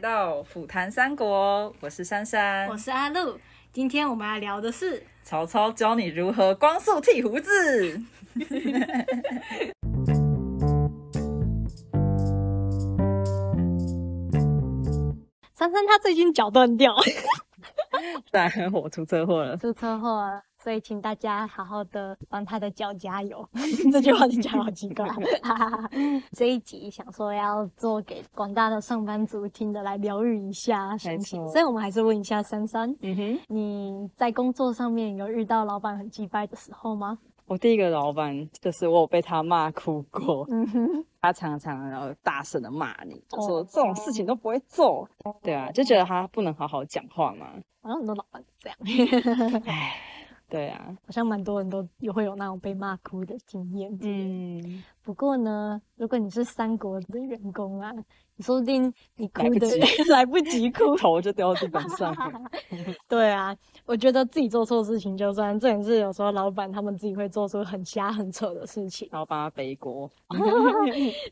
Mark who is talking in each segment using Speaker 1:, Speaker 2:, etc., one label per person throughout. Speaker 1: 到虎谈三国，我是珊珊
Speaker 2: 我。是阿露，今天我们要聊的是
Speaker 1: 曹操教你如何光速剃胡子。
Speaker 2: 珊珊，她最近脚断掉，
Speaker 3: 在我出车祸了。
Speaker 2: 出车祸了，所以请大家好好的帮她的脚加油。 这句话听起来好奇怪，哈哈哈。 这一集想说要做给广大的上班族听的，来疗愈一下心情，
Speaker 3: 错
Speaker 2: 所以我们还是问一下珊珊，
Speaker 3: 嗯哼，
Speaker 2: 你在工作上面有遇到老板很鸡掰的时候吗？
Speaker 3: 我第一个老板就是我有被他骂哭过，
Speaker 2: 嗯哼，
Speaker 3: 他常常然后大声的骂你，就说
Speaker 2: 哦
Speaker 3: 这种事情都不会做，对啊，就觉得他不能好好讲话嘛，
Speaker 2: 好像很多老板是这 样，
Speaker 3: 对啊，
Speaker 2: 好像蛮多人都有会有那种被骂哭的经验。
Speaker 3: 嗯，
Speaker 2: 不过呢，如果你是三国的员工啊，你说不定你哭的
Speaker 3: 来
Speaker 2: 来不及哭。
Speaker 3: 头就掉到地板上 了，
Speaker 2: 对啊，我觉得自己做错事情就算，重点是有时候老板他们自己会做出很瞎很扯的事情。
Speaker 3: 然后帮他背锅，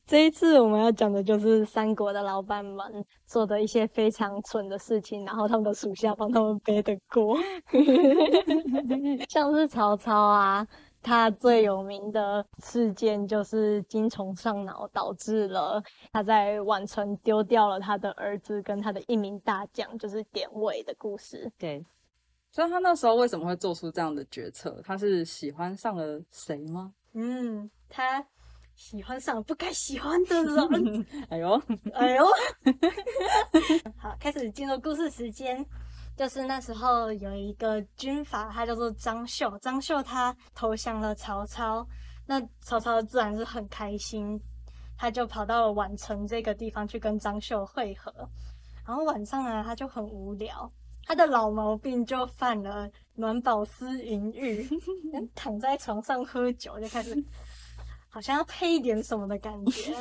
Speaker 2: 这一次我们要讲的就是三国的老板们做的一些非常蠢的事情，然后他们的属下帮他们背的锅， 像是曹操啊，他最有名的事件就是精虫上脑，导致了他在宛城丢掉了他的儿子跟他的一名大将，就是典韦的故事。
Speaker 3: 对。所以他那时候为什么会做出这样的决策？他是喜欢上了谁吗？
Speaker 2: 嗯，他喜欢上了不该喜欢的人。
Speaker 3: 哎呦，
Speaker 2: 哎呦， 好，开始进入故事时间。就是那时候有一个军阀，他叫做张绣，张绣他投降了曹操，那曹操自然是很开心，他就跑到了宛城这个地方去跟张绣会合。然后晚上啊，他就很无聊，他的老毛病就犯了暖宝思淫欲，躺在床上喝酒就开始，好像要配一点什么的感觉。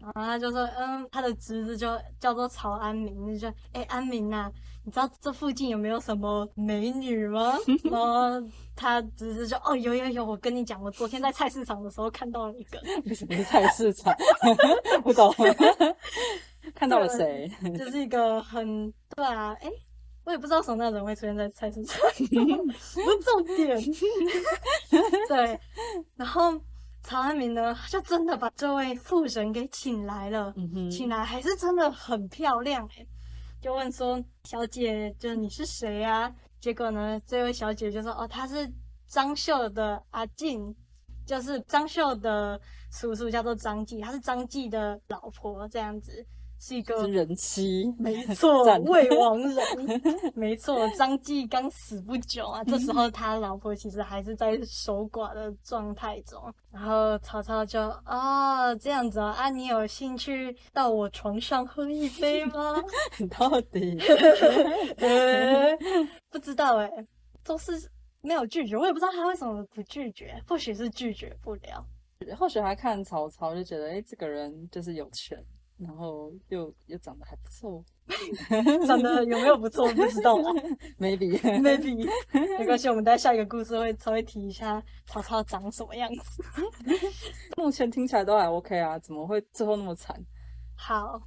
Speaker 2: 然后他就说，嗯，他的侄子就叫做曹安民，就说，哎、安民呐、你知道这附近有没有什么美女吗？然后他侄子就，哦，有有有，我跟你讲，我昨天在菜市场的时候看到了一个，
Speaker 3: 为什么是菜市场？ 不懂，看到了谁？
Speaker 2: 就是一个很对啊，哎、我也不知道什么样的人会出现在菜市场， 不是重点。 对，然后曹安民呢，他就真的把这位妇人给请来了，
Speaker 3: 嗯 哼
Speaker 2: 请来还是真的很漂亮哎、就问说小姐，就是你是谁啊？结果呢，这位小姐就说哦，她是张绣的阿静。就是张绣的叔叔叫做张继，她是张继的老婆，这样子是一个
Speaker 3: 是人妻，
Speaker 2: 没错，
Speaker 3: 赞
Speaker 2: 魏王容， 没错，张继刚死不久啊，这时 候他老婆其实还是在守寡的状态中，然后曹操就哦这样子哦，啊，你有兴趣到我床上喝一杯吗？
Speaker 3: 到底
Speaker 2: 呃 不知道哎、都是没有拒绝，我也不知道他为什么不拒绝，或许是拒绝不了。
Speaker 3: 或许还看曹操就觉得，哎、这个人就是有钱，然后又又长得还不错
Speaker 2: 长得有没有不错不知道啊
Speaker 3: ，maybe。
Speaker 2: ，maybe 没关系，我们在下一个故事会稍微提一下曹操长什么样子。
Speaker 3: 目前听起来都还 OK 啊，怎么会最后那么惨？
Speaker 2: 好，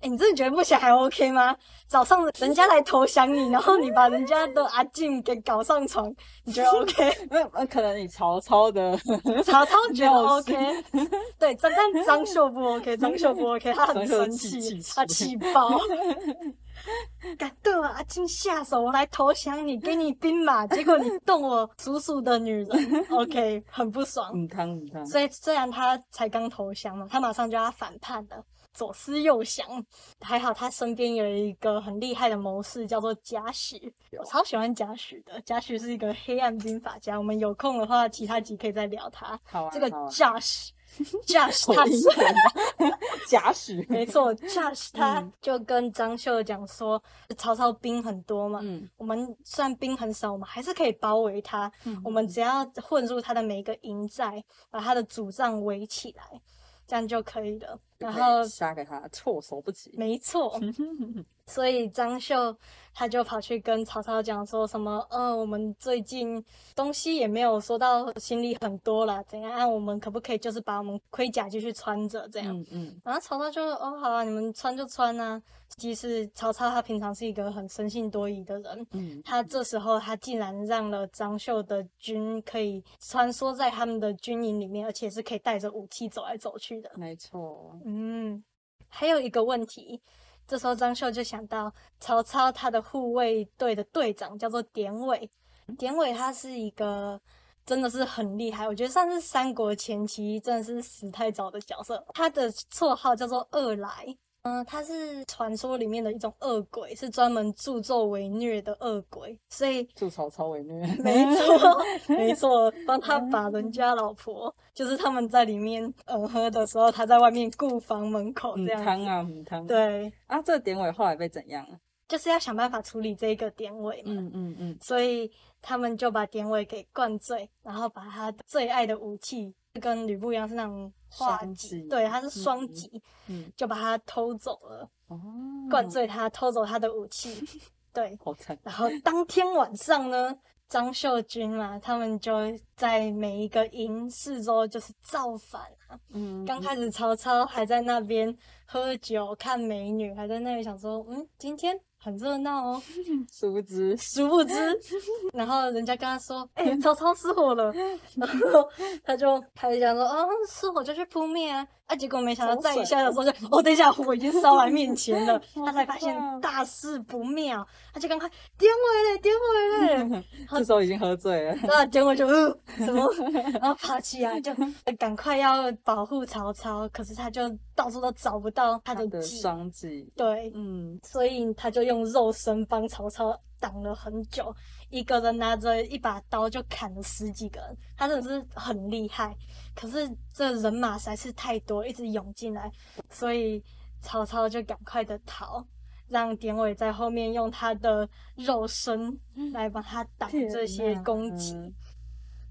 Speaker 2: 哎、你真的觉得目前还 OK 吗？早上人家来投降你，然后你把人家的阿静给搞上床，你觉得 OK？
Speaker 3: 没有，呃可能以曹操的
Speaker 2: 曹操觉得
Speaker 3: 要
Speaker 2: OK，对，张但张秀不 OK，张秀不 OK，他很
Speaker 3: 张秀
Speaker 2: 生
Speaker 3: 气
Speaker 2: 气
Speaker 3: 气，
Speaker 2: 他气 爆。敢对我阿静下手，我来投降你，给你兵马，结果你动我叔叔的女人，OK，很不爽。
Speaker 3: 母嗯汤母汤，
Speaker 2: 所以虽然他才刚投降嘛，他马上就要反叛了，左思右想，还好他身边有一个很厉害的谋士，叫做贾诩，我超喜欢贾诩的。贾诩是一个黑暗兵法家，我们有空的话，其他集可以再聊他。
Speaker 3: 好啊，
Speaker 2: 这个
Speaker 3: 好啊
Speaker 2: 贾 诩，贾诩他
Speaker 3: 好
Speaker 2: 是
Speaker 3: 英文啊 假使
Speaker 2: 没错，贾诩他
Speaker 3: 嗯
Speaker 2: 就跟张绣讲说，曹操兵很多嘛，
Speaker 3: 嗯
Speaker 2: 我们虽然兵很少，我们还是可以包围他。
Speaker 3: 嗯
Speaker 2: 我们只要混入他的每一个营寨，把他的主帐围起来，这样就可以了。然后
Speaker 3: 杀给他，措手不及。
Speaker 2: 没错，所以张绣他就跑去跟曹操讲说什么，呃，我们最近东西也没有说到行李很多啦，怎样？啊、我们可不可以就是把我们盔甲继续穿着这样？
Speaker 3: 嗯嗯，
Speaker 2: 然后曹操就哦，好啊，你们穿就穿啊。即使曹操他平常是一个很生性多疑的人，
Speaker 3: 嗯，
Speaker 2: 他这时候他竟然让了张绣的军可以穿梭在他们的军营里面，而且是可以带着武器走来走去的。
Speaker 3: 没错，
Speaker 2: 嗯，还有一个问题，这时候张绣就想到曹操他的护卫队的队长叫做典韦，典韦他是一个真的是很厉害，我觉得算是三国前期真的是死太早的角色，他的绰号叫做恶来。嗯，他是传说里面的一种恶鬼，是专门助纣为虐的恶鬼，所以
Speaker 3: 助曹操为虐。
Speaker 2: 没 错，没错，帮他把人家老婆，
Speaker 3: 嗯
Speaker 2: 就是他们在里面呃喝的时候，他在外面顾房门口
Speaker 3: 母
Speaker 2: 这样
Speaker 3: 汤
Speaker 2: 子。
Speaker 3: 啊，母汤。
Speaker 2: 对，
Speaker 3: 啊，这典韦后来被怎样啊？
Speaker 2: 就是要想办法处理这个典韦嘛。
Speaker 3: 嗯嗯嗯，
Speaker 2: 所以他们就把典韦给灌醉，然后把他最爱的武器，跟吕布一样是那种画
Speaker 3: 双
Speaker 2: 戟
Speaker 3: 戟，
Speaker 2: 对，他是
Speaker 3: 嗯
Speaker 2: 双
Speaker 3: 嗯
Speaker 2: 戟，
Speaker 3: 嗯
Speaker 2: 就把他偷走了，
Speaker 3: 哦，
Speaker 2: 灌醉他，偷走他的 武器，对。
Speaker 3: 好惨。
Speaker 2: 然后当天晚上呢，张秀君嘛，他们就在每一个营四周就是造反啊。
Speaker 3: 嗯，
Speaker 2: 刚开始曹操还在那边喝酒看美女，还在那里想说，嗯，今天很热闹哦。
Speaker 3: 殊不知，
Speaker 2: 殊不 知，然后人家跟他说，哎、曹操失火了，然后他就他就想说，啊，失火就去扑灭啊。啊，结果没想到
Speaker 3: 走
Speaker 2: 再
Speaker 3: 水
Speaker 2: 一下的时候就，哦，等一下火已经烧来面前了，他才发 现
Speaker 3: 好可怕
Speaker 2: 大事不妙，他就赶快典韦嘞，典韦嘞。
Speaker 3: 这时候已经喝醉了。
Speaker 2: 那结果就呃什么，然后爬起 来就赶快要保护曹操，可是他就到处都找不到他
Speaker 3: 他
Speaker 2: 的
Speaker 3: 的
Speaker 2: 计，
Speaker 3: 双戟，
Speaker 2: 对，
Speaker 3: 嗯，
Speaker 2: 所以他就用肉身帮曹操挡了很久，一个人拿着一把刀就砍了十几个人，他真的是很厉害。可是这人马实在是太多，一直涌进来，所以曹操就赶快的逃。让典韦在后面用他的肉身来帮他挡这些
Speaker 3: 天哪
Speaker 2: 攻击，
Speaker 3: 嗯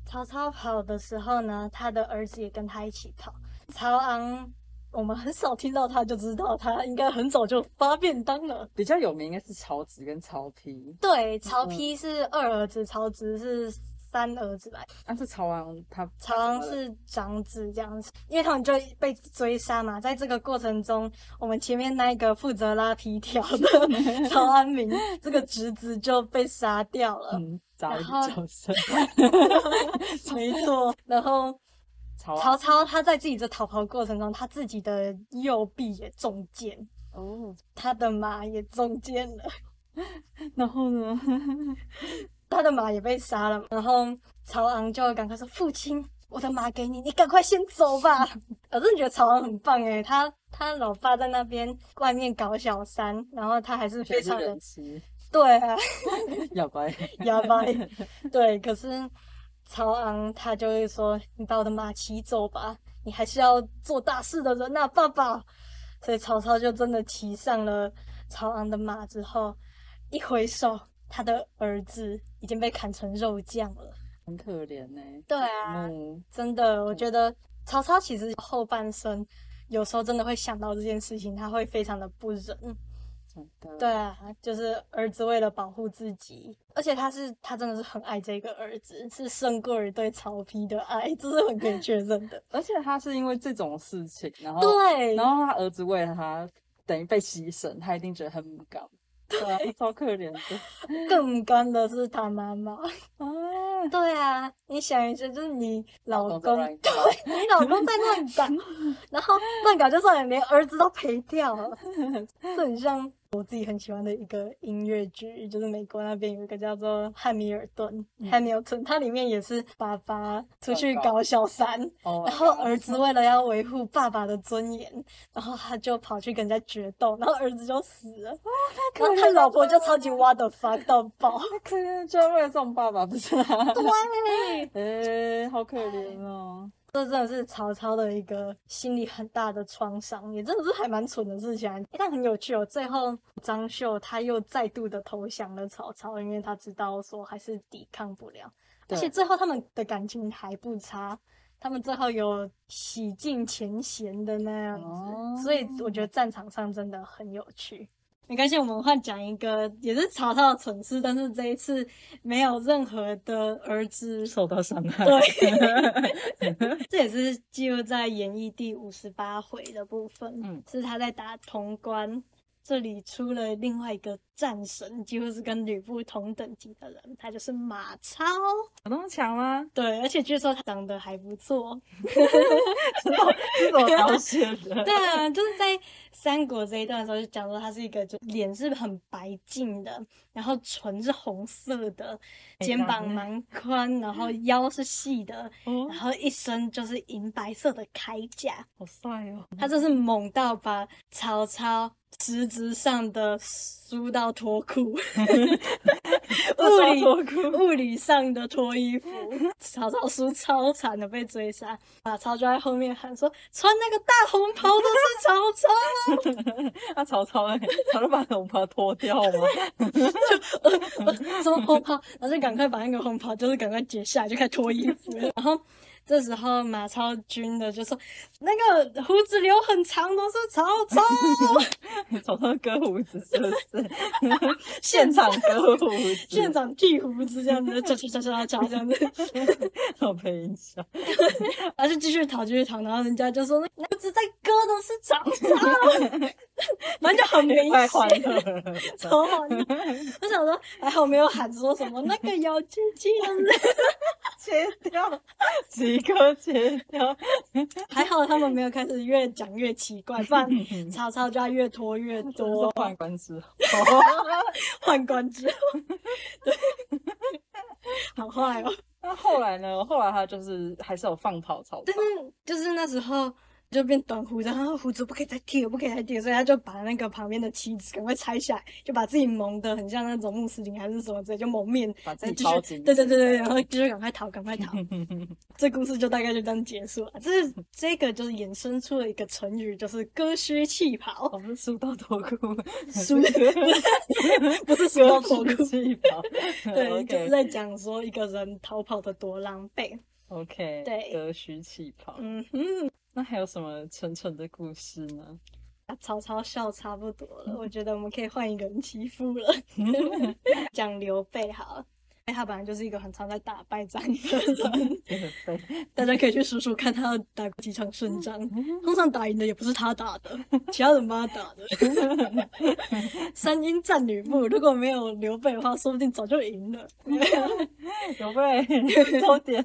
Speaker 2: 曹操跑的时候呢，他的儿子也跟他一起跑。曹昂，我们很少听到他，就知道他应该很早就发便当了。
Speaker 3: 比较有名应该是曹植跟曹丕，
Speaker 2: 对，曹丕是二儿子，曹植是三儿子吧？
Speaker 3: 但是曹昂他
Speaker 2: 曹昂是长子这样子，因为他们就被追杀嘛。在这个过程中，我们前面那一个负责拉皮条的曹安民，这个侄子就被杀掉了。
Speaker 3: 嗯，砸了一
Speaker 2: 然后
Speaker 3: 个角色。
Speaker 2: 没错，然后
Speaker 3: 曹
Speaker 2: 曹
Speaker 3: 昂
Speaker 2: 操他在自己的逃跑过程中，他自己的右臂也中箭，
Speaker 3: 哦，
Speaker 2: 他的马也中箭了，
Speaker 3: 然后呢？
Speaker 2: 他的马也被杀了。然后曹昂就赶快说：“父亲，我的马给你，你赶快先走吧。”我真的觉得曹昂很棒诶，他他老爸在那边外面搞小三，然后他还是 非
Speaker 3: 全是
Speaker 2: 常的
Speaker 3: 人妻，
Speaker 2: 对啊，
Speaker 3: 要乖。
Speaker 2: 哑巴。对，可是曹昂他就会说：“你把我的马骑走吧，你还是要做大事的人呐、啊爸爸。”所以曹操就真的骑上了曹昂的马之后，一回首，他的儿子已经被砍成肉酱了。
Speaker 3: 很可怜欸呢、
Speaker 2: 对啊
Speaker 3: 嗯，
Speaker 2: 真的，我觉得曹操其实后半生有时候真的会想到这件事情，他会非常的不忍。
Speaker 3: 真的。
Speaker 2: 对，啊，就是儿子为了保护自己，而且他是他真的是很爱这个儿子，是胜过于对曹丕的爱，这是很可以确认的。
Speaker 3: 而且他是因为这种事情，然后
Speaker 2: 对，
Speaker 3: 然后他儿子为了他等于被牺牲，他一定觉得很敏感。对啊，超可怜的
Speaker 2: 更干的是他妈妈。
Speaker 3: 啊！
Speaker 2: 对啊，你想一下，就是你老
Speaker 3: 老公在
Speaker 2: 公，
Speaker 3: 乱搞
Speaker 2: 对，你老公在乱搞，然后乱搞就算了，连儿子都赔掉了，这很像我自己很喜欢的一个音乐剧，就是美国那边有一个叫做《汉密尔顿》（Hamilton），它里面也是爸爸出去
Speaker 3: 乱搞
Speaker 2: 搞小三，
Speaker 3: 哦
Speaker 2: 然后儿子为了要维护爸爸的尊严，然后他就跑去跟人家决斗，然后儿子就死了，然后他老婆就超级 what the fuck 到爆。
Speaker 3: 太可怜了，居然为了这种爸爸，不是吗？
Speaker 2: 对，
Speaker 3: 哎、好可怜哦。
Speaker 2: 这真的是曹操的一个心里很大的创伤，也真的是还蛮蠢的事情啊、诶但很有趣哦。最后张绣他又再度的投降了曹操，因为他知道说还是抵抗不了，而
Speaker 3: 对
Speaker 2: 且最后他们的感情还不差，他们最后有洗尽前嫌的那样子，
Speaker 3: 哦
Speaker 2: 所以我觉得战场上真的很有趣。没关系，我们换讲一个也是曹操的蠢事，但是这一次没有任何的儿子
Speaker 1: 受到伤害。
Speaker 2: 对， 这也是记录在《演义》第五十八回的部分。
Speaker 1: 嗯
Speaker 2: 是他在打潼关，这里出了另外一个战神，几乎是跟吕布同等级的人，他就是马超。
Speaker 1: 有那么强吗？
Speaker 2: 对，而且据说他长得还不错。
Speaker 1: 这种描写的，
Speaker 2: 对啊，就是在三国这一段的时候，就讲说他是一个就脸是很白净的，然后唇是红色的，
Speaker 1: 哎
Speaker 2: 肩膀
Speaker 1: 然后呢
Speaker 2: 蛮宽，然后腰是细的，
Speaker 1: 哦
Speaker 2: 然，后一身就是银白色的铠甲。
Speaker 1: 好帅哦！
Speaker 2: 他真是猛到把曹操实质上的输到脱裤，物理物理上的脱衣服。曹操输超惨的被追杀，马超就在后面喊说：“穿那个大红袍的是曹操
Speaker 1: 那曹操呢？曹操把红袍脱掉吗？
Speaker 2: 啊，什么红袍？”然后就赶快把那个红袍就是赶快解下来，就开始脱衣服了。然后这时候马超军的就说：“那个胡子留很长的是曹操。”
Speaker 1: 曹操割胡 子是不是？ 现场割胡子，
Speaker 2: 县长剃胡子这样子，cha cha cha cha cha 这样子，
Speaker 1: 好配音效。
Speaker 2: 还是继续逃继续逃，然后人家就说那胡子在割的是长长， 反正就很明
Speaker 1: 太欢
Speaker 2: 显。
Speaker 1: 乐了，
Speaker 2: 超好笑！我想说，还好没有喊说什么那个有鸡鸡的，
Speaker 1: 切掉，几个切掉，
Speaker 2: 还好他们没有开始越讲越奇怪，不然曹操就要越拖越嗯多。
Speaker 1: 多宦官之后，
Speaker 2: 宦官之后，对，好坏哦。
Speaker 1: 那后来呢？后来他就是还是有放跑曹操
Speaker 2: 但，是就是那时候就变短胡子，然后胡子不可以再剃了，不可以再剃了，所以他就把那个旁边的旗子赶快拆下来，就把自己蒙的很像那种穆斯林还是什么之类，就蒙面，
Speaker 1: 把自
Speaker 2: 再
Speaker 1: 己
Speaker 2: 继
Speaker 1: 包
Speaker 2: 续，
Speaker 1: 紧
Speaker 2: 对对对对，然后继续赶快逃，赶 快逃。这故事就大概就这样结束了。这是这个就是衍生出了一个成语，就是割须弃袍，
Speaker 1: 我是输到脱裤，
Speaker 2: 输不是输 到脱裤。
Speaker 1: 气跑，
Speaker 2: 对，就是
Speaker 1: ，OK
Speaker 2: 在讲说一个人逃跑的多狼狈。
Speaker 1: OK，
Speaker 2: 对
Speaker 1: 割须气跑。
Speaker 2: 嗯哼，
Speaker 1: 那还有什么蠢蠢的故事呢？
Speaker 2: 把啊曹操笑差不多了，我觉得我们可以换一个人欺负了。讲刘备好了，因为他本来就是一个很常在打败仗的人，
Speaker 1: 真的 废
Speaker 2: 大家可以去数数看他打过几场胜仗。通常打赢的也不是他打的，其他人帮他打的。三英战吕布，如果没有刘备的话，说不定早就赢了。
Speaker 1: 刘 备，早 点。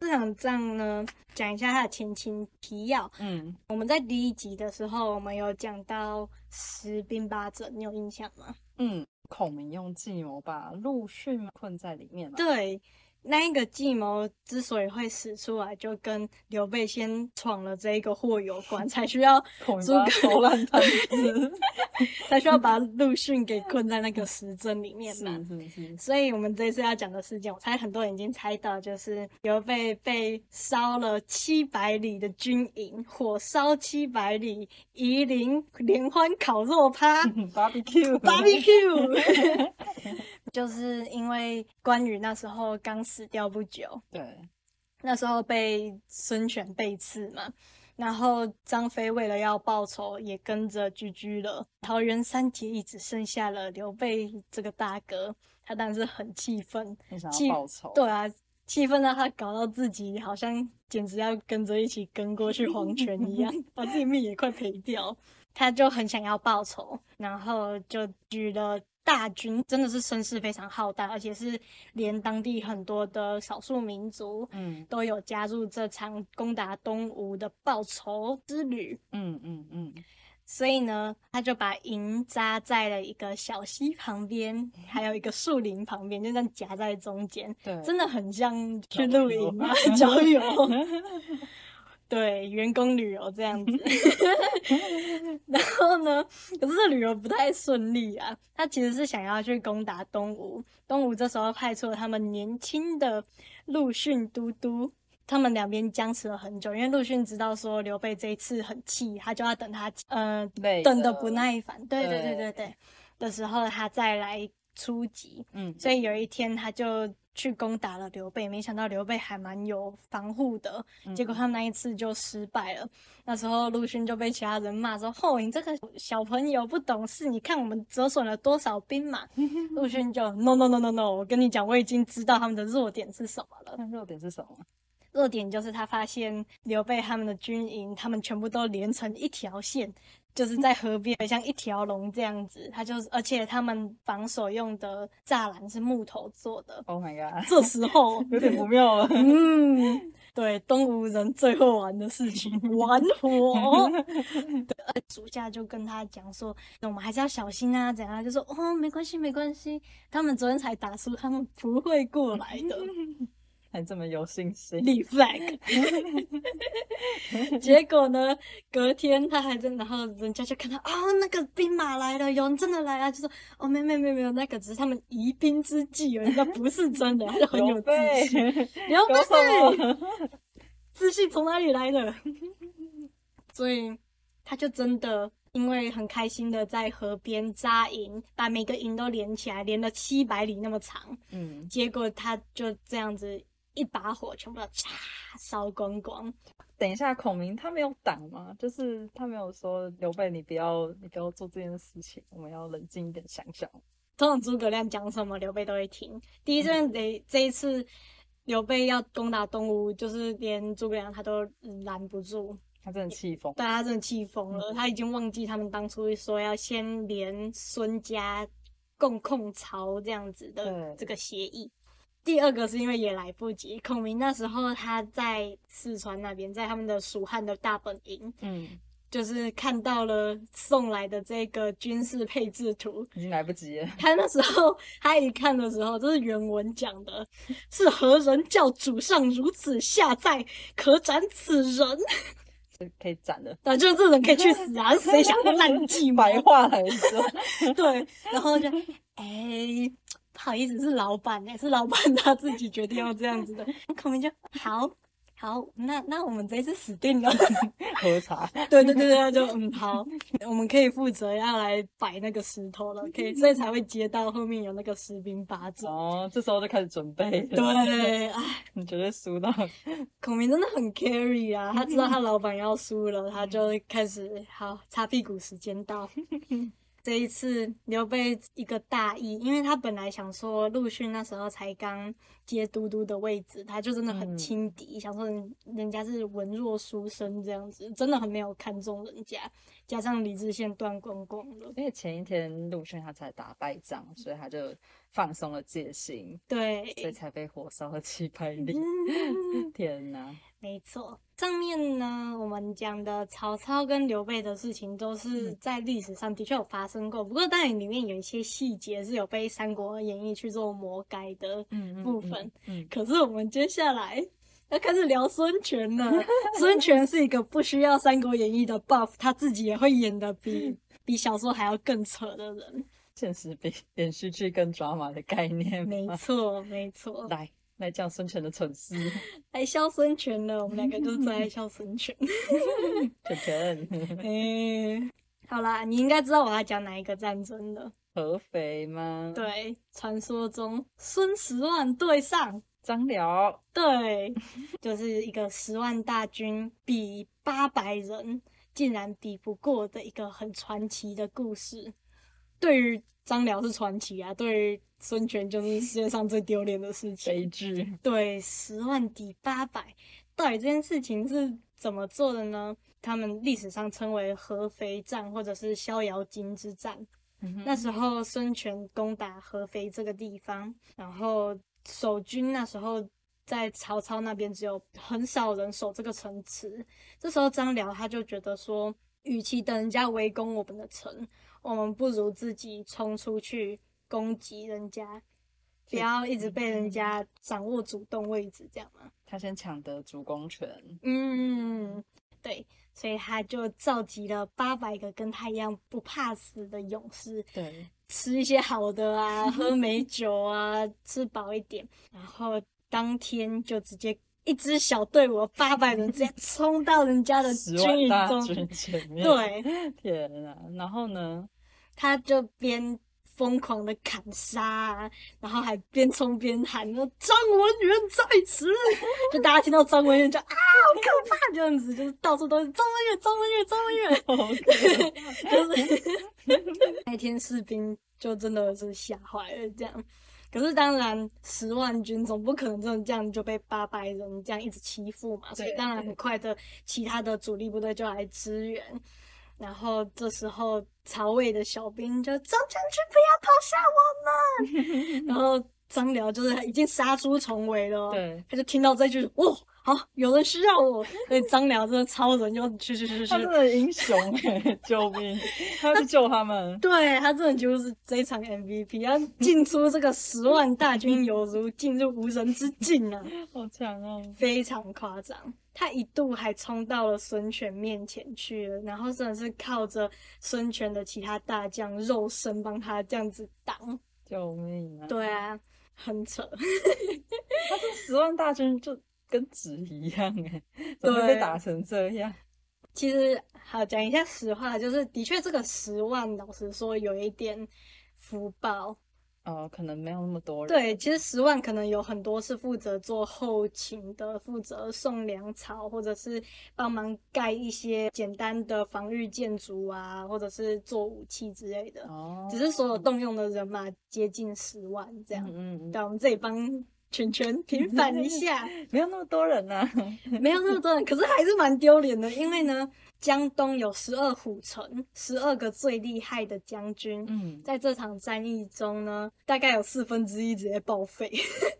Speaker 2: 这场仗呢，讲一下他的前情提要。
Speaker 1: 嗯，
Speaker 2: 我们在第一集的时候，我们有讲到十兵八者，你有印象吗？
Speaker 1: 嗯，孔明用计谋把陆逊困在里面了。
Speaker 2: 对，那一个计谋之所以会使出来，就跟刘备先闯了这一个祸有关，才需要
Speaker 1: 孔明
Speaker 2: 诸
Speaker 1: 把
Speaker 2: 葛
Speaker 1: 他投烂 摊子，
Speaker 2: 才需要把陆逊给困在那个石阵里面嘛。
Speaker 1: 是是 是，
Speaker 2: 所以，我们这次要讲的事件，我猜很多人已经猜到，就是刘备被烧了七百里的军营，火烧七百里，夷陵联欢烤肉趴。
Speaker 1: barbecue
Speaker 2: Barbecue，就是因为关羽那时候刚死掉不久，
Speaker 1: 对，
Speaker 2: 那时候被孙权背刺嘛，然后张飞为了要报仇，也跟着居居了。桃园三结义只剩下了刘备这个大哥，他当然是很气愤。
Speaker 1: 很想
Speaker 2: 气
Speaker 1: 要报仇。
Speaker 2: 对啊，气愤让他搞到自己好像简直要跟着一起跟过去黄泉一样，把自己命也快赔掉。他就很想要报仇，然后就举了大军，真的是声势非常浩大，而且是连当地很多的少数民族，
Speaker 1: 嗯
Speaker 2: 都有加入这场攻打东吴的报仇之旅。
Speaker 1: 嗯嗯嗯，
Speaker 2: 所以呢，他就把营扎在了一个小溪旁边，还有一个树林旁边，就这样夹在中间，
Speaker 1: 对，
Speaker 2: 真的很像去
Speaker 1: 郊
Speaker 2: 露
Speaker 1: 游
Speaker 2: 营 啊，郊游，对，员工旅游这样子。 然后呢，可是这旅游不太顺利啊。他其实是想要去攻打东吴，东吴这时候派出了他们年轻的陆逊都督。他们两边僵持了很久，因为陆逊知道说刘备这一次很气，他就要等他呃
Speaker 1: 累
Speaker 2: 等的
Speaker 1: 了
Speaker 2: 不耐烦，对对对
Speaker 1: 对
Speaker 2: 对对的时候，他再来初级，
Speaker 1: 嗯，
Speaker 2: 所以有一天他就去攻打了刘备，没想到刘备还蛮有防护的，结果他们那一次就失败了。那时候陆逊就被其他人骂说：“吼、你这个小朋友不懂事，你看我们折损了多少兵马。”陆逊就 “No No No No No，我跟你讲，我已经知道他们的弱点是什么了。
Speaker 3: 那弱点是什么？
Speaker 2: 弱点就是他发现刘备他们的军营，他们全部都连成一条线，就是在河边像一条龙这样子。他就是，而且他们防守用的栅栏是木头做的。
Speaker 3: Oh my god，
Speaker 2: 这时候
Speaker 1: 有点不妙了。
Speaker 2: 嗯，对，东吴人最会玩的事情，玩 火。对，呃属下就跟他讲说，我们还是要小心啊，怎样？就说哦，没关系，没关系，他们昨天才打输，他们不会过来的。
Speaker 3: 还这么有信心？
Speaker 2: 立 flag。结果呢，隔天他还在，然后人家就看到啊、那个兵马来了，有人真的来了，就说哦，没有没有没有没有，那个只是他们疑兵之计而已，那不是真的，他就很有
Speaker 3: 刘
Speaker 2: 自
Speaker 3: 备，
Speaker 2: 信。刘备
Speaker 3: 有什么？
Speaker 2: 自信从哪里来的？ 所以他就真的因为很开心的在河边扎营，把每个营都连起来，连了七百里那么长。
Speaker 3: 嗯，
Speaker 2: 结果他就这样子一把火全部都嚓烧光光。
Speaker 3: 等一下，孔明他没有挡吗？就是他没有说刘备，你不要，你不要做这件事情，我们要冷静一点想想。
Speaker 2: 通常诸葛亮讲什么，刘备都会听。第一阵得这一次，刘备要攻打东吴，就是连诸葛亮他都拦不住，
Speaker 3: 他真的气疯，
Speaker 2: 但他真的气疯了，他已经忘记他们当初说要先连孙家共控曹这样子的
Speaker 3: 对
Speaker 2: 这个协议。第二个是因为也来不及，孔明那时候他在四川那边，在他们的蜀汉的大本营，
Speaker 3: 嗯，
Speaker 2: 就是看到了送来的这个军事配置图，
Speaker 3: 已经来不及了。
Speaker 2: 他那时候他一看的时候，这是原文讲的，是何人教主上如此下在，可斩此人？
Speaker 3: 是可以斩了，
Speaker 2: 那就是这人可以去死 啊！谁想那 烂计谋？
Speaker 3: 白话来说，
Speaker 2: 对， 然后就哎、不好意思，是老板哎、是老板他自己决定要这样子的。孔明就好。好，那那我们这次死定了。
Speaker 3: 喝 茶，
Speaker 2: 对对对对，他就嗯好，我们可以负责要来摆那个石头了，可以，所以才会接到后面有那个十兵八
Speaker 3: 然
Speaker 2: 将。
Speaker 3: 后这时候就开始准备了。
Speaker 2: 对，哎，
Speaker 3: 你 绝对输到
Speaker 2: 孔明真的很 carry 啊，他知道他老板要输了，他就
Speaker 3: 嗯
Speaker 2: 开始好擦屁股，时 间到。这一次刘备一个大意，因为他本来想说陆逊那时候才刚接都督的位置，他就真的很
Speaker 3: 嗯
Speaker 2: 轻敌，想说人人家是文弱书生这样子，真的很没有看中人家，加上李知县断光光了，
Speaker 3: 因为前一天陆逊他才打败仗，所以他就放松了戒心，
Speaker 2: 对，
Speaker 3: 所以才被火烧了七百 里。
Speaker 2: 嗯
Speaker 3: 天哪！
Speaker 2: 没错，上面呢，我们讲的曹操跟刘备的事情，都是
Speaker 3: 嗯
Speaker 2: 在历史上的确有发生过。不过，当然里面有一些细节是有被《三国演义》去做魔改的。
Speaker 3: 嗯
Speaker 2: 部分，
Speaker 3: 嗯，
Speaker 2: 可是我们接下来要开始聊孙权 了。孙权是一个不需要《三国演义》的 buff，他自己也会演的 比比小说还要更扯的人。
Speaker 3: 现实比连续剧更抓马的概念
Speaker 2: 没
Speaker 3: 吗。
Speaker 2: 错，没错，
Speaker 3: 来来讲孙权的蠢 事，
Speaker 2: 来笑孙权了。我们两 个就是最爱笑孙权。
Speaker 3: 权权
Speaker 2: 哎、好啦，你应该知道我要讲哪一个战争了。
Speaker 3: 合肥吗？，
Speaker 2: 对，传说中孙十万对上，
Speaker 3: 张辽
Speaker 2: 对，就是一个十万大军比八百人，竟然比不过的一个很传奇的故事。对于张辽是传奇啊，对于孙权就是世界上最丢脸的事情。
Speaker 3: 悲剧，
Speaker 2: 对，十万抵八百，到底这件事情是怎么做的呢？他们历史上称为合肥战，或者是逍遥津之战。
Speaker 3: 嗯
Speaker 2: 那时候孙权攻打合肥这个地方，然后守军那时候在曹操那边只有很少人守这个城池。这时候张辽他就觉得说，与其等人家围攻我们的城，我们不如自己冲出去攻击人家，不
Speaker 3: 是
Speaker 2: 要一直被人家掌握主动位置，这样嘛。
Speaker 3: 他先抢得主攻权，
Speaker 2: 嗯，对，所以他就召集了八百个跟他一样不怕死的勇士，
Speaker 3: 对，
Speaker 2: 吃一些好的啊，喝美酒啊，吃饱一点，然后当天就直接一支小队伍八百人直接冲到人家的
Speaker 3: 十
Speaker 2: 军
Speaker 3: 万
Speaker 2: 营
Speaker 3: 大
Speaker 2: 中，
Speaker 3: 军前面，
Speaker 2: 对，
Speaker 3: 天哪！然后呢？
Speaker 2: 他就边疯狂的砍杀、啊，然后还边冲边喊“张文元在此”， 就大家听到张文元就啊，好可怕，这样子就是到处都是张文元，张文元，张文元。就是 那天士兵就真的是吓坏了这样。可是当然，十万军总不可能真的这样就被八百人这样一直欺负嘛，所以
Speaker 3: 对
Speaker 2: 当然
Speaker 3: 对
Speaker 2: 很快的，其他的主力部队就来支援。然后这时候，曹魏的小兵就张将军不要抛下我 们，然后张辽就是已经杀出重围了哦，
Speaker 3: 对，
Speaker 2: 他就听到这句，哇、哦，好，有人需要我，所以张辽真的超人，就去去去去
Speaker 3: 他，真的英雄哎、救命！他要去救他 们，
Speaker 2: 对他真的就是这一场 MVP，他进出这个十万大军，犹如进入无人之境啊，
Speaker 3: 好强哦！
Speaker 2: 非常夸张。他一度还冲到了孙权面前去了，然后真的是靠着孙权的其他大将肉身帮他这样子挡。
Speaker 3: 救命啊！
Speaker 2: 对啊，很扯。
Speaker 3: 他这十万大军就跟纸一样哎、怎么会
Speaker 2: 对
Speaker 3: 被打成这样？
Speaker 2: 其实好讲一下实话，就是的确这个十万，老实说有一点福报。
Speaker 3: 哦，可能没有那么多人。
Speaker 2: 对，其实十万可能有很多是负责做后勤的，负责送粮草，或者是帮忙盖一些简单的防御建筑啊，或者是做武器之类的。
Speaker 3: 哦，
Speaker 2: 只是所有动用的人马接近十万这样。
Speaker 3: 嗯嗯
Speaker 2: 对，我们这里帮 全全平反一下，
Speaker 3: 嗯，没有那么多人 嗯呐、
Speaker 2: 没有那么多人，可是还是蛮丢脸的，因为呢，江东有十二虎城，十二个最厉害的将军。
Speaker 3: 嗯，
Speaker 2: 在这场战役中呢，大概有四分之一直接报废。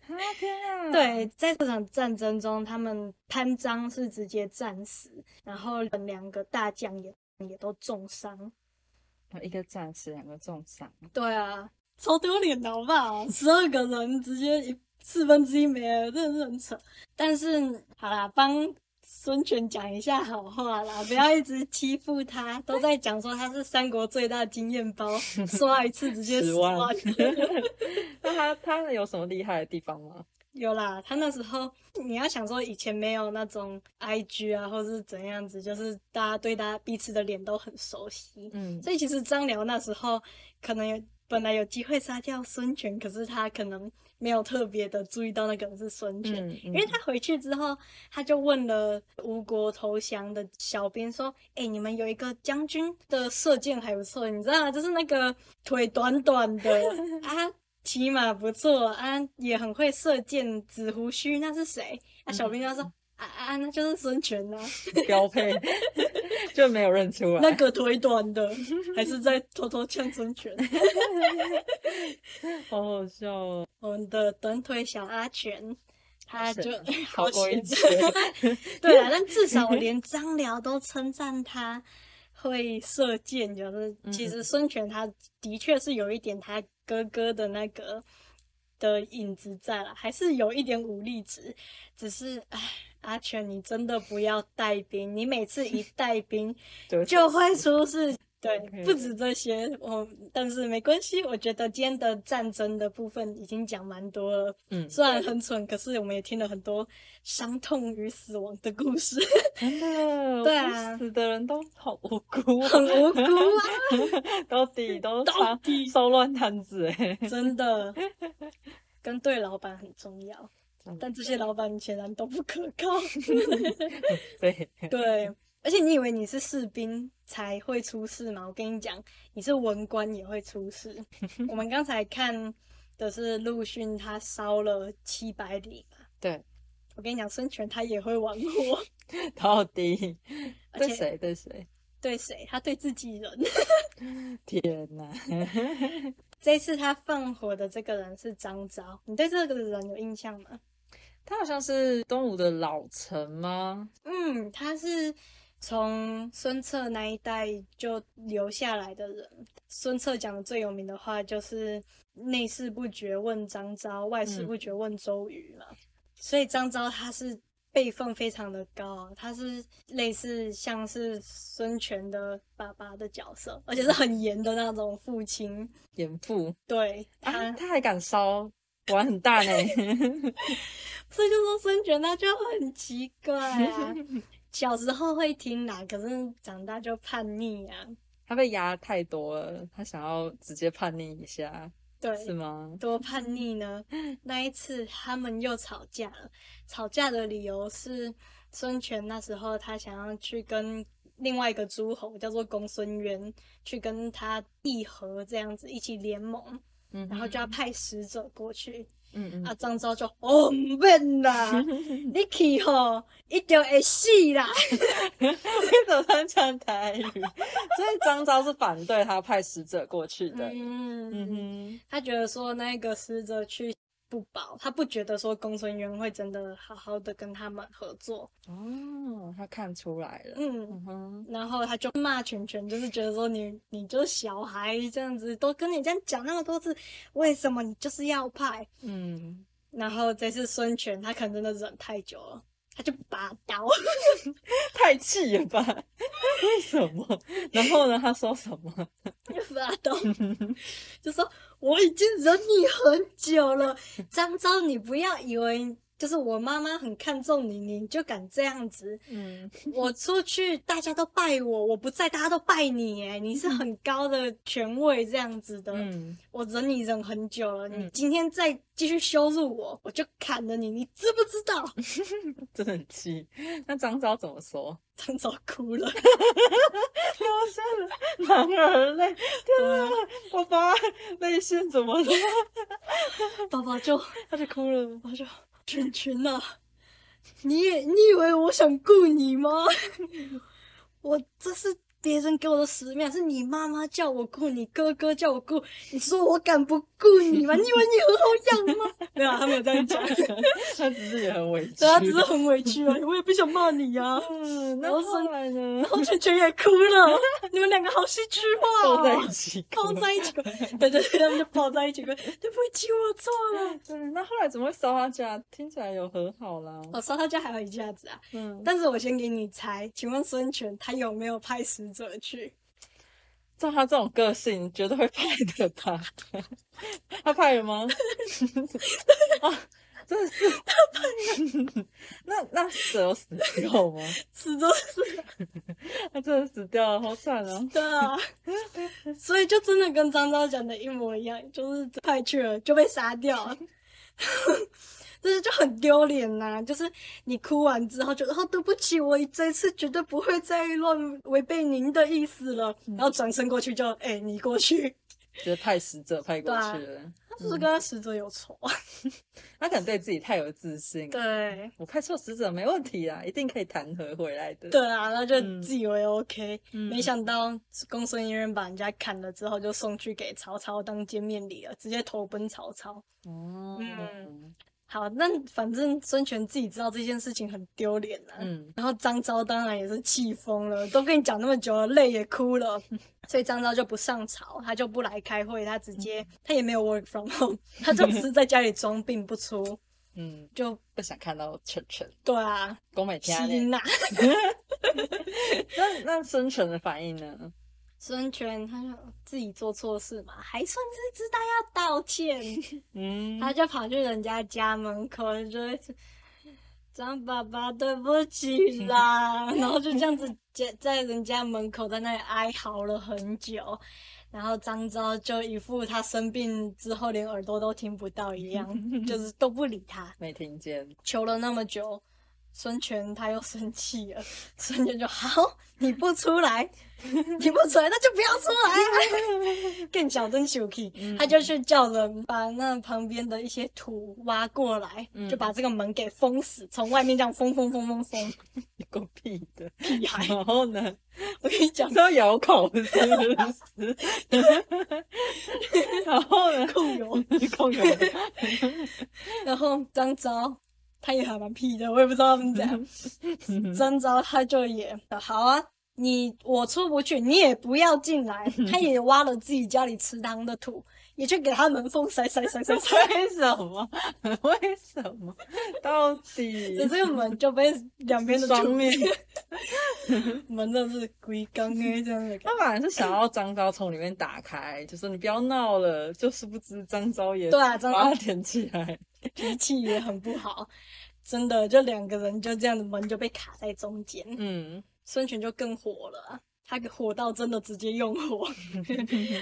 Speaker 3: 啊天啊！
Speaker 2: 对，在这场战争中，他们潘璋是直接战死，然后两个大将也也都重伤。
Speaker 3: 一个战死，两个重伤，
Speaker 2: 对啊，超丢脸的好不好？十二个人直接一四分之一没了，真的是很扯。但是好啦，帮孙权讲一下好话啦，不要一直欺负他，都在讲说他是三国最大经验 包，刷一次直接
Speaker 3: 十
Speaker 2: 10
Speaker 3: 万
Speaker 2: 万。
Speaker 3: 那他他有什么厉害的地方吗？
Speaker 2: 有啦，他那时候你要想说以前没有那种 IG 啊，或是怎样子，就是大家对大家彼此的脸都很熟悉，
Speaker 3: 嗯，
Speaker 2: 所以其实张辽那时候可能有本来有机会杀掉孙权，可是他可能没有特别的注意到那个人是孙权。
Speaker 3: 嗯，因
Speaker 2: 因为他回去之后，他就问了吴国投降的小兵说：“哎、你们有一个将军的射箭还不错，你知道吗？就是那个腿短短的啊，骑马不错啊，也很会射箭，紫胡须那是谁？”啊，小兵就说：“啊啊，那就是孙权啊，
Speaker 3: 标配就没有认出
Speaker 2: 那
Speaker 3: 来，
Speaker 2: 个腿短的还是在偷偷呛孙权。”
Speaker 3: 好好笑 哦，
Speaker 2: 我们的短腿小阿全，他就
Speaker 3: 好过一
Speaker 2: 险
Speaker 3: 劫。
Speaker 2: 对啊，但至少
Speaker 3: 嗯
Speaker 2: 连张辽都称赞他会射箭，就是
Speaker 3: 嗯
Speaker 2: 其实孙权他的确是有一点他哥哥的那个的影子在了，还是有一点武力值，只是唉。阿全，你真的不要带兵，你每次一带 兵
Speaker 3: 就
Speaker 2: 就会出事。对
Speaker 3: OK
Speaker 2: 不止这些，我但是没关系，我觉得今天的战争的部分已经讲蛮多了，
Speaker 3: 嗯，
Speaker 2: 虽然很蠢，可是我们也听了很多伤痛与死亡的故事，
Speaker 3: 真的，
Speaker 2: 对啊
Speaker 3: 死的人都好无辜哦，
Speaker 2: 很无辜啊，
Speaker 3: 到 底都
Speaker 2: 到
Speaker 3: 插收乱摊子哎，
Speaker 2: 真 的。跟对老板很重要，
Speaker 3: 真的
Speaker 2: 但这些老板显然都不可靠。
Speaker 3: 对，
Speaker 2: 对，而且你以为你是士兵才会出事吗？我跟你讲，你是文官也会出事。 我们刚才看的是陆逊他烧了七百里嘛，
Speaker 3: 对，
Speaker 2: 我跟你讲，孙权他也会玩火，
Speaker 3: 到底
Speaker 2: 而
Speaker 3: 对
Speaker 2: 且
Speaker 3: 谁对谁？
Speaker 2: 对谁？他对自己人。
Speaker 3: 天哪，
Speaker 2: 这次他放火的这个人是张昭，你对这个人有印象吗？
Speaker 3: 他好像是东吴的老臣吗？
Speaker 2: 嗯，他是从孙策那一代就留下来的人。孙策讲的最有名的话就是“内事不决问张昭，外事不决问周瑜”嘛。所以张昭他是辈分非常的高啊，他是类似像是孙权的爸爸的角色，而且是很严的那种父亲。
Speaker 3: 严父
Speaker 2: 对他，
Speaker 3: 啊，他还敢烧，玩很大呢。
Speaker 2: 所以就说孙权他就很奇怪啊，小时候会听啦，可是长大就叛逆啊。
Speaker 3: 他他被压太多了，他想要直接叛逆一下，
Speaker 2: 对，
Speaker 3: 是吗？
Speaker 2: 多叛逆呢！那一次他们又吵架了，吵架的理由是孙权那时候他想要去跟另外一个诸侯叫做公孙渊去跟他议和，这样子一起联盟，
Speaker 3: 嗯，
Speaker 2: 然后就要派使者过去。
Speaker 3: 嗯 嗯，
Speaker 2: 啊，张昭就哦，唔 变啦，你去吼，一定会死啦。
Speaker 3: 为什么他讲台语？ 所以张昭是反对他派使者过去的。嗯
Speaker 2: 嗯，
Speaker 3: 哼，
Speaker 2: 他觉得说那个使者去不保，他不觉得说公孙渊会真的好好的跟他们合作。
Speaker 3: 哦，他看出来了。
Speaker 2: 嗯，
Speaker 3: 嗯哼，
Speaker 2: 然后他就骂全全，就是觉得说你你就是小孩这样子，都跟你这样讲那么多次，为什么你就是要派？
Speaker 3: 嗯，
Speaker 2: 然后这次孙权他可能真的忍太久了，他就拔刀，
Speaker 3: 太气了吧？ 为什 么？然后呢？他说什么？
Speaker 2: 就拔刀， 就说我已经忍你很久 了，张昭你不要以为就是我妈妈很看重你，你就敢这样子。
Speaker 3: 嗯，
Speaker 2: 我出去大家都拜我，我不在大家都拜你，哎，你是很高的权位这样子的。
Speaker 3: 嗯，
Speaker 2: 我忍你忍很久了，
Speaker 3: 嗯
Speaker 2: 你今天再继续羞辱我，我就砍了你，你知不知道？
Speaker 3: 真的很气。那张昭怎么 说？
Speaker 2: 张昭 哭了，
Speaker 3: 流下 了男儿泪。天啊，爸爸泪腺怎么了？
Speaker 2: 爸爸啊就
Speaker 3: 他就哭了。
Speaker 2: 我就圈圈 啊，你也你以为我想雇你吗？ 我这是别人给我的使命，是你妈妈叫我雇，你哥哥叫我雇，你说我敢不雇你 吗？你以为你很好养吗？ 没有啊，他没有这样讲，
Speaker 3: 他只是也很委屈。
Speaker 2: 对啊他只是很委屈而已，我也不想骂你呀、啊。
Speaker 3: 嗯，那
Speaker 2: 然后说
Speaker 3: 后来呢
Speaker 2: 然？后圈圈也哭 了，你们两个好戏剧化、哦，
Speaker 3: 抱在一起 哭。
Speaker 2: 抱在一起哭，对对对，他们就抱在一起哭，对不起，我错了。
Speaker 3: 嗯，那后来怎么会烧他家？听起来有和好啦。
Speaker 2: 我烧他家还有一下子啊，
Speaker 3: 嗯，但
Speaker 2: 哦但是我先给你猜，请问孙权他有没有派使者去？
Speaker 3: 照他这种个性，绝对会派的他。他派了吗？ 啊，真的是。 那那蛇有死掉吗？
Speaker 2: 死都死
Speaker 3: 他真的死掉了，好惨啊！
Speaker 2: 的啊， 所以就真的跟张昭讲的一模一样，就是派去了就被杀掉了。 就是就很丢脸呐、就是你哭完之后就哦对不起，我这次绝对不会再乱违背您的意思了，然后转身过去就哎、你过去，
Speaker 3: 直接派使者派过
Speaker 2: 对啊
Speaker 3: 去了。嗯
Speaker 2: 他是不是跟他使者有仇啊？
Speaker 3: 他可能对自己太有自信。，
Speaker 2: 对
Speaker 3: 我派错使者没问题啦，一定可以弹劾回来的。，
Speaker 2: 对啊，那就
Speaker 3: 嗯
Speaker 2: 自以为 OK，、
Speaker 3: 嗯
Speaker 2: 没想到公孙渊把人家砍了之后，就送去给曹操当见面礼了，直接投奔曹操。
Speaker 3: 哦，
Speaker 2: 嗯好，那反正孙权自己知道这件事情很丢脸啊。
Speaker 3: 嗯
Speaker 2: 然后张昭当然也是气疯了，都跟你讲那么久了，泪也哭了，
Speaker 3: 嗯
Speaker 2: 所以张昭就不上朝，他就不来开会，他直接、
Speaker 3: 嗯
Speaker 2: 他也没有 work from home，他 就只是在家里装病不出，
Speaker 3: 嗯，
Speaker 2: 就
Speaker 3: 不想看到晨晨。
Speaker 2: 对啊，
Speaker 3: 宫美天
Speaker 2: 吸纳。
Speaker 3: 那那孙权的反应呢？
Speaker 2: 孙权他就自己做错事嘛，还算是知道要道歉，
Speaker 3: 嗯，
Speaker 2: 他就跑去人家家门口，就会说张爸爸对不起啦，然后就这样子在在人家门口在那里哀嚎了很久，然后张昭就一副他生病之后连耳朵都听不到一样，就是都不理他，
Speaker 3: 没听见。
Speaker 2: 求了那么久。孙权他又生气了，孙权就好，你不出来，你不出来，那就不要出来、 啊。更小真小气，他就去叫人把那旁边的一些土挖过来，
Speaker 3: 嗯
Speaker 2: 就把这个门给封死，从外面这样封封封封封。
Speaker 3: 你狗屁的！
Speaker 2: 屁孩，
Speaker 3: 然后呢？
Speaker 2: 我跟你讲，
Speaker 3: 都咬口是不 是？然后呢？
Speaker 2: 控油。
Speaker 3: 一共有
Speaker 2: 然后张昭他也还蛮屁的，我也不知道他们怎样。张昭他就也好啊，你我出不去，你也不要 进来。他也挖了自己家里池塘的土，也去给他门缝塞塞塞 塞塞。
Speaker 3: 为什么？为什么？到底
Speaker 2: 所以这个门就被两边的
Speaker 3: 双
Speaker 2: 土
Speaker 3: 面？
Speaker 2: 门真的是龟缸哎，这样的感觉
Speaker 3: 他。本来是想要张昭从里面打开，就说你不要闹了，就是不知张昭 也
Speaker 2: 对啊张昭
Speaker 3: 把他点起来。
Speaker 2: 脾气也很不好，真的，就两个人就这样子门就被卡在中间，
Speaker 3: 嗯，
Speaker 2: 孙权就更火了啊。他火到真的直接用火，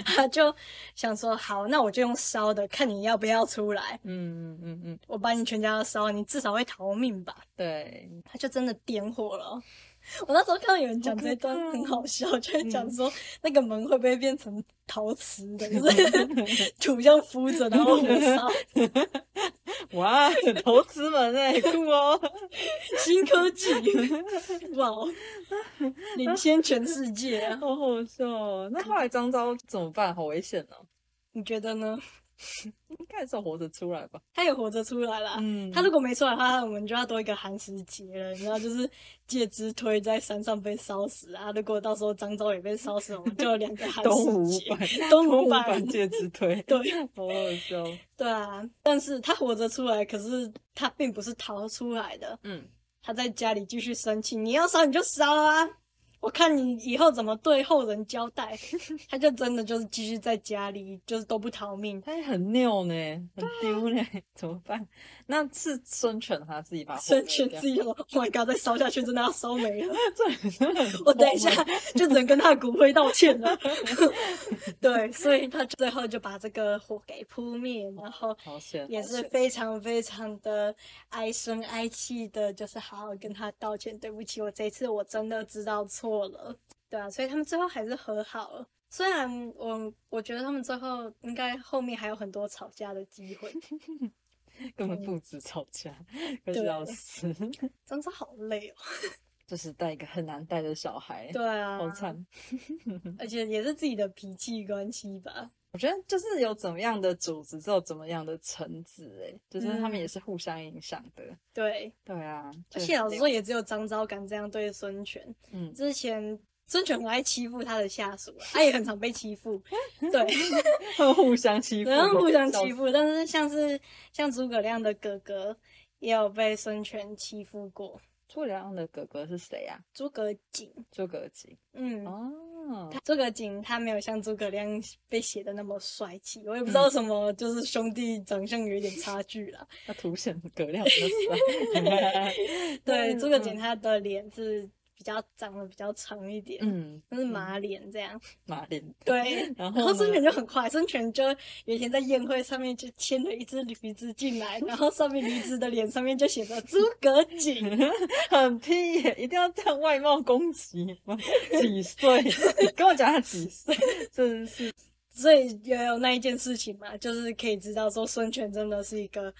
Speaker 2: 他就想说好，那我就用烧的，看你要不要出来，
Speaker 3: 嗯嗯嗯嗯，
Speaker 2: 我把你全家都烧，你至少会逃命吧？
Speaker 3: 对，
Speaker 2: 他就真的点火了。我那时候看到有人讲这一段
Speaker 3: 好可怕哦
Speaker 2: 很好笑，就会讲说那个门会不会变成陶瓷的，就是 土这样敷着，然后火烧。
Speaker 3: 哇，投资门哎、酷哦，
Speaker 2: 新科技， 哇哦，领先全世界啊！
Speaker 3: 好好笑哦。那后来张昭怎么办？好危险哦，
Speaker 2: 你觉得呢？
Speaker 3: 应该是活着出来吧？
Speaker 2: 他也活着出来啦。
Speaker 3: 嗯，
Speaker 2: 他如果没出来的话，我们就要多一个寒食节了，你知道，就是介之推在山上被烧死啊。如果到时候漳州也被烧死，我们就有两 个寒
Speaker 3: 东
Speaker 2: 食
Speaker 3: 吴
Speaker 2: 节。
Speaker 3: 版，
Speaker 2: 东
Speaker 3: 东
Speaker 2: 吴
Speaker 3: 吴
Speaker 2: 版
Speaker 3: 版戒指推，
Speaker 2: 对
Speaker 3: 好好笑。哦
Speaker 2: 对啊，但是他活着出来，可是他并不是逃出来的，
Speaker 3: 嗯，
Speaker 2: 他在家里继续生气，你要烧你就烧啊，我看你以后怎么对后人交代。他就真的就是继续在家里，就是都不逃命，
Speaker 3: 他也很拗呢，很丢呢，怎么办？那是孙权他自己把火
Speaker 2: 孙
Speaker 3: 灭
Speaker 2: 权
Speaker 3: 掉
Speaker 2: 自己说：“Oh my god，再烧下去真的要烧没了，
Speaker 3: 这也 是很
Speaker 2: 我等一下
Speaker 3: 荒
Speaker 2: 就只能跟他的骨灰道歉了。” 对，所以他最后就把这个火给扑灭，然后
Speaker 3: 谬好险，
Speaker 2: 也是非常非常的唉声唉气的，就是好好跟他道歉，对不起，我这一次我真的知道错了。对啊，所以他们最后还是和好了。虽然我我觉得他们最后应该后面还有很多吵架的机会，
Speaker 3: 根本父子吵架，可是
Speaker 2: 对
Speaker 3: 要死，
Speaker 2: 真是好累哦。
Speaker 3: 就是带一个很难带的小孩，
Speaker 2: 对啊，
Speaker 3: 好惨。
Speaker 2: 而且也是自己的脾气关系吧。
Speaker 3: 我觉得就是有怎么样的主子，就有怎么样的臣子，哎，就是他们
Speaker 2: 嗯
Speaker 3: 也是互相影响的。
Speaker 2: 对，
Speaker 3: 对啊，
Speaker 2: 而
Speaker 3: 就
Speaker 2: 且老
Speaker 3: 很
Speaker 2: 实
Speaker 3: 累
Speaker 2: 说，，也只有张昭敢这样对孙权。
Speaker 3: 嗯，
Speaker 2: 之前孙权很爱欺负他的下属，啊他也很常被 欺负，对，
Speaker 3: 他们互相欺负，
Speaker 2: 然啊后互相
Speaker 3: 笑
Speaker 2: 欺
Speaker 3: 死，
Speaker 2: 负。但是像是像诸葛亮的哥哥，也有被孙权欺负过，
Speaker 3: 诸葛亮的哥哥是谁啊呀？
Speaker 2: 诸葛瑾，
Speaker 3: 诸葛瑾
Speaker 2: 嗯。
Speaker 3: 哦，
Speaker 2: 诸葛瑾他没有像诸葛亮被写的那么帅气，我也不
Speaker 3: 嗯
Speaker 2: 知道什么，就是兄弟长相有一点差 距啦。
Speaker 3: 那凸显葛亮 的
Speaker 2: 对，诸葛瑾
Speaker 3: 嗯
Speaker 2: 他的脸是比较长得比较长一点，
Speaker 3: 嗯，
Speaker 2: 那是马脸这样。
Speaker 3: 马林，
Speaker 2: 对，
Speaker 3: 然
Speaker 2: 然
Speaker 3: 后
Speaker 2: 后孙
Speaker 3: 呢
Speaker 2: 权就很快，孙权就有一天在宴会上面就牵了一只驴子进来，然后上面驴子的脸上面就写着诸葛瑾，
Speaker 3: 很屁耶，一定要这样外貌攻击吗？几岁？你跟我讲他几岁？ 真是
Speaker 2: 所以也有那一件事情嘛，就是可以知道说孙权真的是一个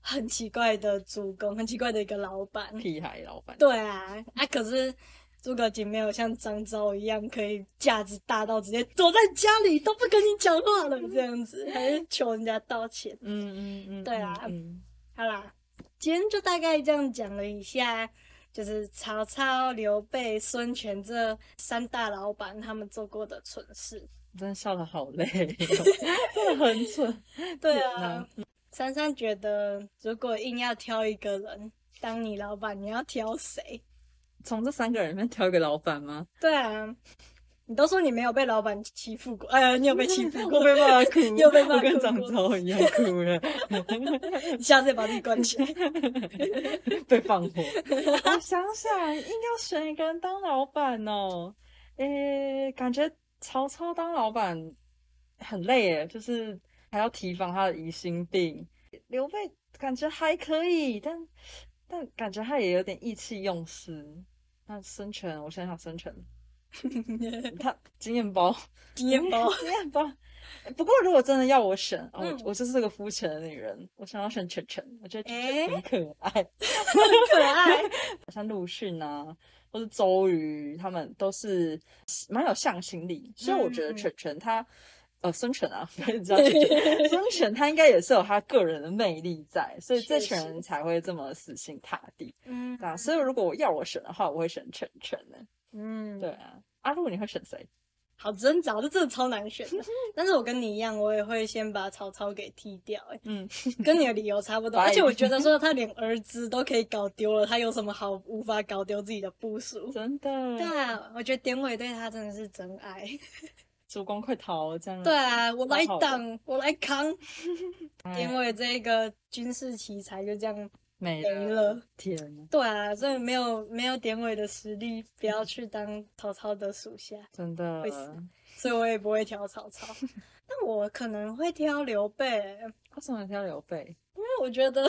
Speaker 2: 很奇怪的主公，很奇怪的一个老 板。
Speaker 3: 屁孩老板。
Speaker 2: 对啊，啊可是。诸葛瑾没有像张昭一样可以架子大到直接躲在家里都不跟你讲话了这样子，还是求人家道歉。
Speaker 3: 嗯嗯嗯，
Speaker 2: 对啊
Speaker 3: 嗯
Speaker 2: 好啦，今天就大概这样讲了一下，就是曹操、刘备、孙权这三大老板他们做过的蠢事。
Speaker 3: 我真的笑得好累 哦，真的很蠢。
Speaker 2: 对
Speaker 3: 天
Speaker 2: 啊
Speaker 3: 哪，
Speaker 2: 珊珊觉得如果硬要挑一个人当你老板，你要挑谁？
Speaker 3: 从这三个人里面挑一个老板吗？
Speaker 2: 对啊，你都说你没有被老板欺负过，呃，你有被欺 负过
Speaker 3: 我，被骂哭，
Speaker 2: 又被骂
Speaker 3: 我跟
Speaker 2: 哭
Speaker 3: 张
Speaker 2: 过
Speaker 3: 昭一样哭了，
Speaker 2: 你下次也把自己关起来。
Speaker 3: 被放火。 我想想，硬要选一个人当老板哦，诶，感觉曹操当老板很累耶，就是还要提防他的疑心病。刘备感觉还可以，但但感觉他也有点意气用事。那孙权，我想想孙 权，他经验包，
Speaker 2: 经验 包，
Speaker 3: 经验包。不过如果真的要我选，哦、
Speaker 2: 嗯
Speaker 3: 我我就是个肤浅的女人，我想要选犬犬，我觉得犬
Speaker 2: 诶
Speaker 3: 犬很可爱。
Speaker 2: 可爱，
Speaker 3: 像陆逊啊，或是周瑜，他们都是蛮有向心力，所以我觉得
Speaker 2: 嗯
Speaker 3: 犬犬他，呃，孙权啊， 不是知道犬犬， 孙权他应该也是有他个人的魅力在，所以这
Speaker 2: 确
Speaker 3: 群
Speaker 2: 实
Speaker 3: 人才会这么死心塌地，
Speaker 2: 嗯
Speaker 3: 对啊。所以如果我要我选的话，我会选犬犬的，
Speaker 2: 嗯，
Speaker 3: 对啊。阿陆，你会选谁？
Speaker 2: 好挣扎，这真的超难选的。但是我跟你一样，我也会先把曹操给踢掉、欸，
Speaker 3: 嗯，
Speaker 2: 跟你的理由差不 多。
Speaker 3: 白
Speaker 2: 而且我觉得说他连儿子都可以搞丢了，他有什么好无法搞丢自己的部署？
Speaker 3: 真的，
Speaker 2: 对啊，我觉得典韦对他真的是真爱。
Speaker 3: 主公快逃，这样
Speaker 2: 对啊，我来
Speaker 3: 嗯好好的
Speaker 2: 挡，我来扛。
Speaker 3: 哎
Speaker 2: 典韦这个军事奇才就这样
Speaker 3: 没
Speaker 2: 没
Speaker 3: 了，
Speaker 2: 了。
Speaker 3: 天哪，
Speaker 2: 对啊，所以没有没有典韦的实力，
Speaker 3: 嗯
Speaker 2: 不要去当曹操的属下。
Speaker 3: 真的
Speaker 2: 会，死所以我也不会挑 曹操，但我可能会挑刘备，欸因
Speaker 3: 为什么你挑刘备？
Speaker 2: 为 我觉得，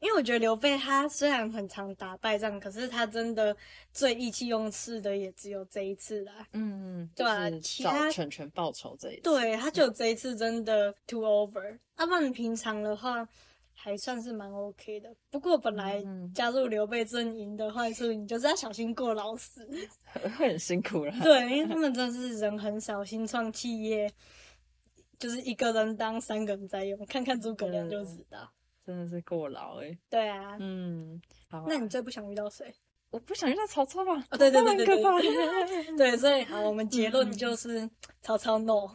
Speaker 2: 因为我觉得刘备他虽然很常打败仗，可是他真的最意气用事的也只有这一次啦。
Speaker 3: 嗯，
Speaker 2: 对啊
Speaker 3: 就是
Speaker 2: 其
Speaker 3: 找
Speaker 2: 他
Speaker 3: 全权报仇这一次，，
Speaker 2: 对，他就这一次真的 too over。阿啊曼平常的话还算是蛮 OK 的，不过本来
Speaker 3: 嗯
Speaker 2: 加入刘备阵营的话，所以你就是要小心过劳死。
Speaker 3: 会很辛苦啦。
Speaker 2: 对，因为他们真的是人很少，新创企业就是一个人当三个人在用，看看诸葛亮就知道。
Speaker 3: 真的是过劳哎、
Speaker 2: 对啊，
Speaker 3: 嗯，好啊、
Speaker 2: 那你最不想遇到谁？
Speaker 3: 我不想遇到曹操吧？
Speaker 2: 哦对对
Speaker 3: 曹操
Speaker 2: 对
Speaker 3: 很可怕
Speaker 2: 对 对，所以好，啊我们结论就是 曹操 no。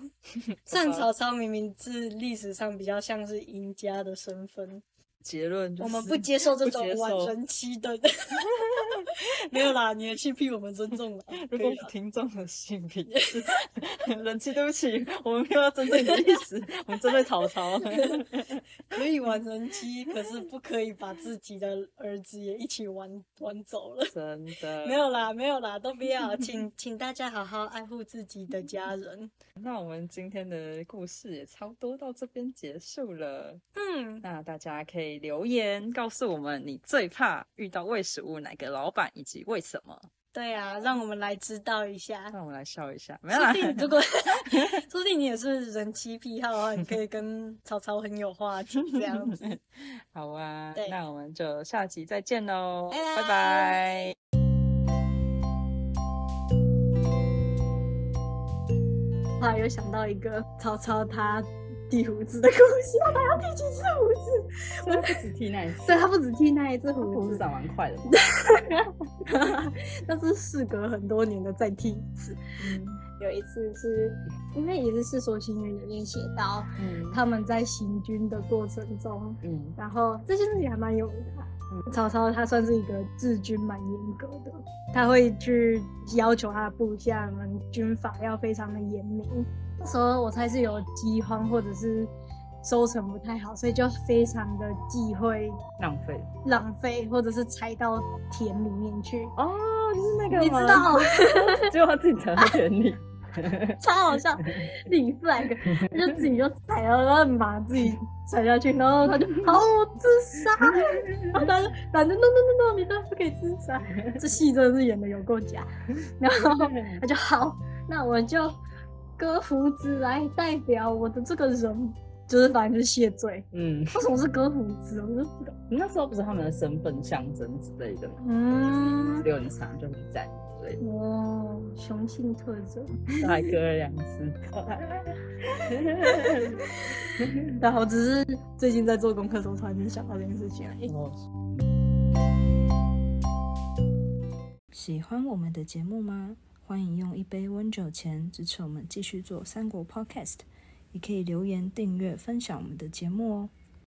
Speaker 2: 虽然
Speaker 3: 嗯好吧
Speaker 2: 曹操明明是历史上比较像是赢家的身份，
Speaker 3: 结论就是
Speaker 2: 我们不接受这
Speaker 3: 不
Speaker 2: 种
Speaker 3: 接
Speaker 2: 晚
Speaker 3: 受
Speaker 2: 生期的。 没有啦，你的性癖我们尊重了。
Speaker 3: 如果
Speaker 2: 可以
Speaker 3: 是
Speaker 2: 啦
Speaker 3: 听众的性癖 是人气，对不起，我们没有要针对你的意思，我们针对曹 操。
Speaker 2: 可以玩人妻，可是不可以把自己的儿子也一起玩玩走了。
Speaker 3: 真的
Speaker 2: 没。有啦，没有啦，都不要，请请大家好好爱护自己的家人。
Speaker 3: 那我们今天的故事也差不多到这边结束了。
Speaker 2: 嗯，
Speaker 3: 那大家可以留言告诉我们，你最怕遇到为食物哪个老板以及为什么？
Speaker 2: 对啊，让我们来知道一下。
Speaker 3: 让我们来笑一下，没有
Speaker 2: 说
Speaker 3: 啦
Speaker 2: 不。定 如果说不定你也是人妻癖好的话，你可以跟曹操很有话题这样子。
Speaker 3: 好啊
Speaker 2: 对，
Speaker 3: 那我们就下集再见喽，
Speaker 2: 拜拜
Speaker 3: 拜拜。
Speaker 2: 后来又想到一个曹操他剃胡子的故事， 他要剃几次胡子？
Speaker 3: 所以不止踢那一次，
Speaker 2: 对他不止剃那一次
Speaker 3: 胡
Speaker 2: 胡
Speaker 3: 子啊
Speaker 2: 子，
Speaker 3: 长蛮快的。
Speaker 2: 但是事隔很多年的再剃一次。有一次是因为也是《世说新语》里面写到，
Speaker 3: 嗯
Speaker 2: 他们在行军的过程中，
Speaker 3: 嗯
Speaker 2: 然后这件事情还蛮有名的啊。曹操他算是一个治军蛮严格的，他会去要求他的部下们军法要非常的严明。那时候我猜是有饥荒或者是收成不太好，所以就非常的忌讳
Speaker 3: 浪费
Speaker 2: 浪费或者是踩到田里面去。
Speaker 3: 哦，就是那
Speaker 2: 你知，道，
Speaker 3: 就他自己藏在田里。
Speaker 2: 超好笑，立 flag，他就自己就踩了，然后马自己踩下去，然后他就好我自杀，然后他就反正 no no no no，你当然不可以自杀，啊这戏真的是演的有够假，然后他就好，那我就割胡子来代表我的这个人，就是反正就是谢罪。
Speaker 3: 嗯，
Speaker 2: 为什么是割胡子？我就不懂。
Speaker 3: 那时候不是他们的身份象征之类的吗？
Speaker 2: 嗯，
Speaker 3: 留很长就很赞之类的，
Speaker 2: 哦，雄性特征。
Speaker 3: 他还割了两 次。
Speaker 2: 然后只是最近在做功课的时候，突然间想到这件事情而已。
Speaker 3: 哦
Speaker 4: 喜欢我们的节目吗？欢迎用一杯温酒钱支持我们继续做三国 Podcast，也可以留言、订阅、分享我们的节目哦。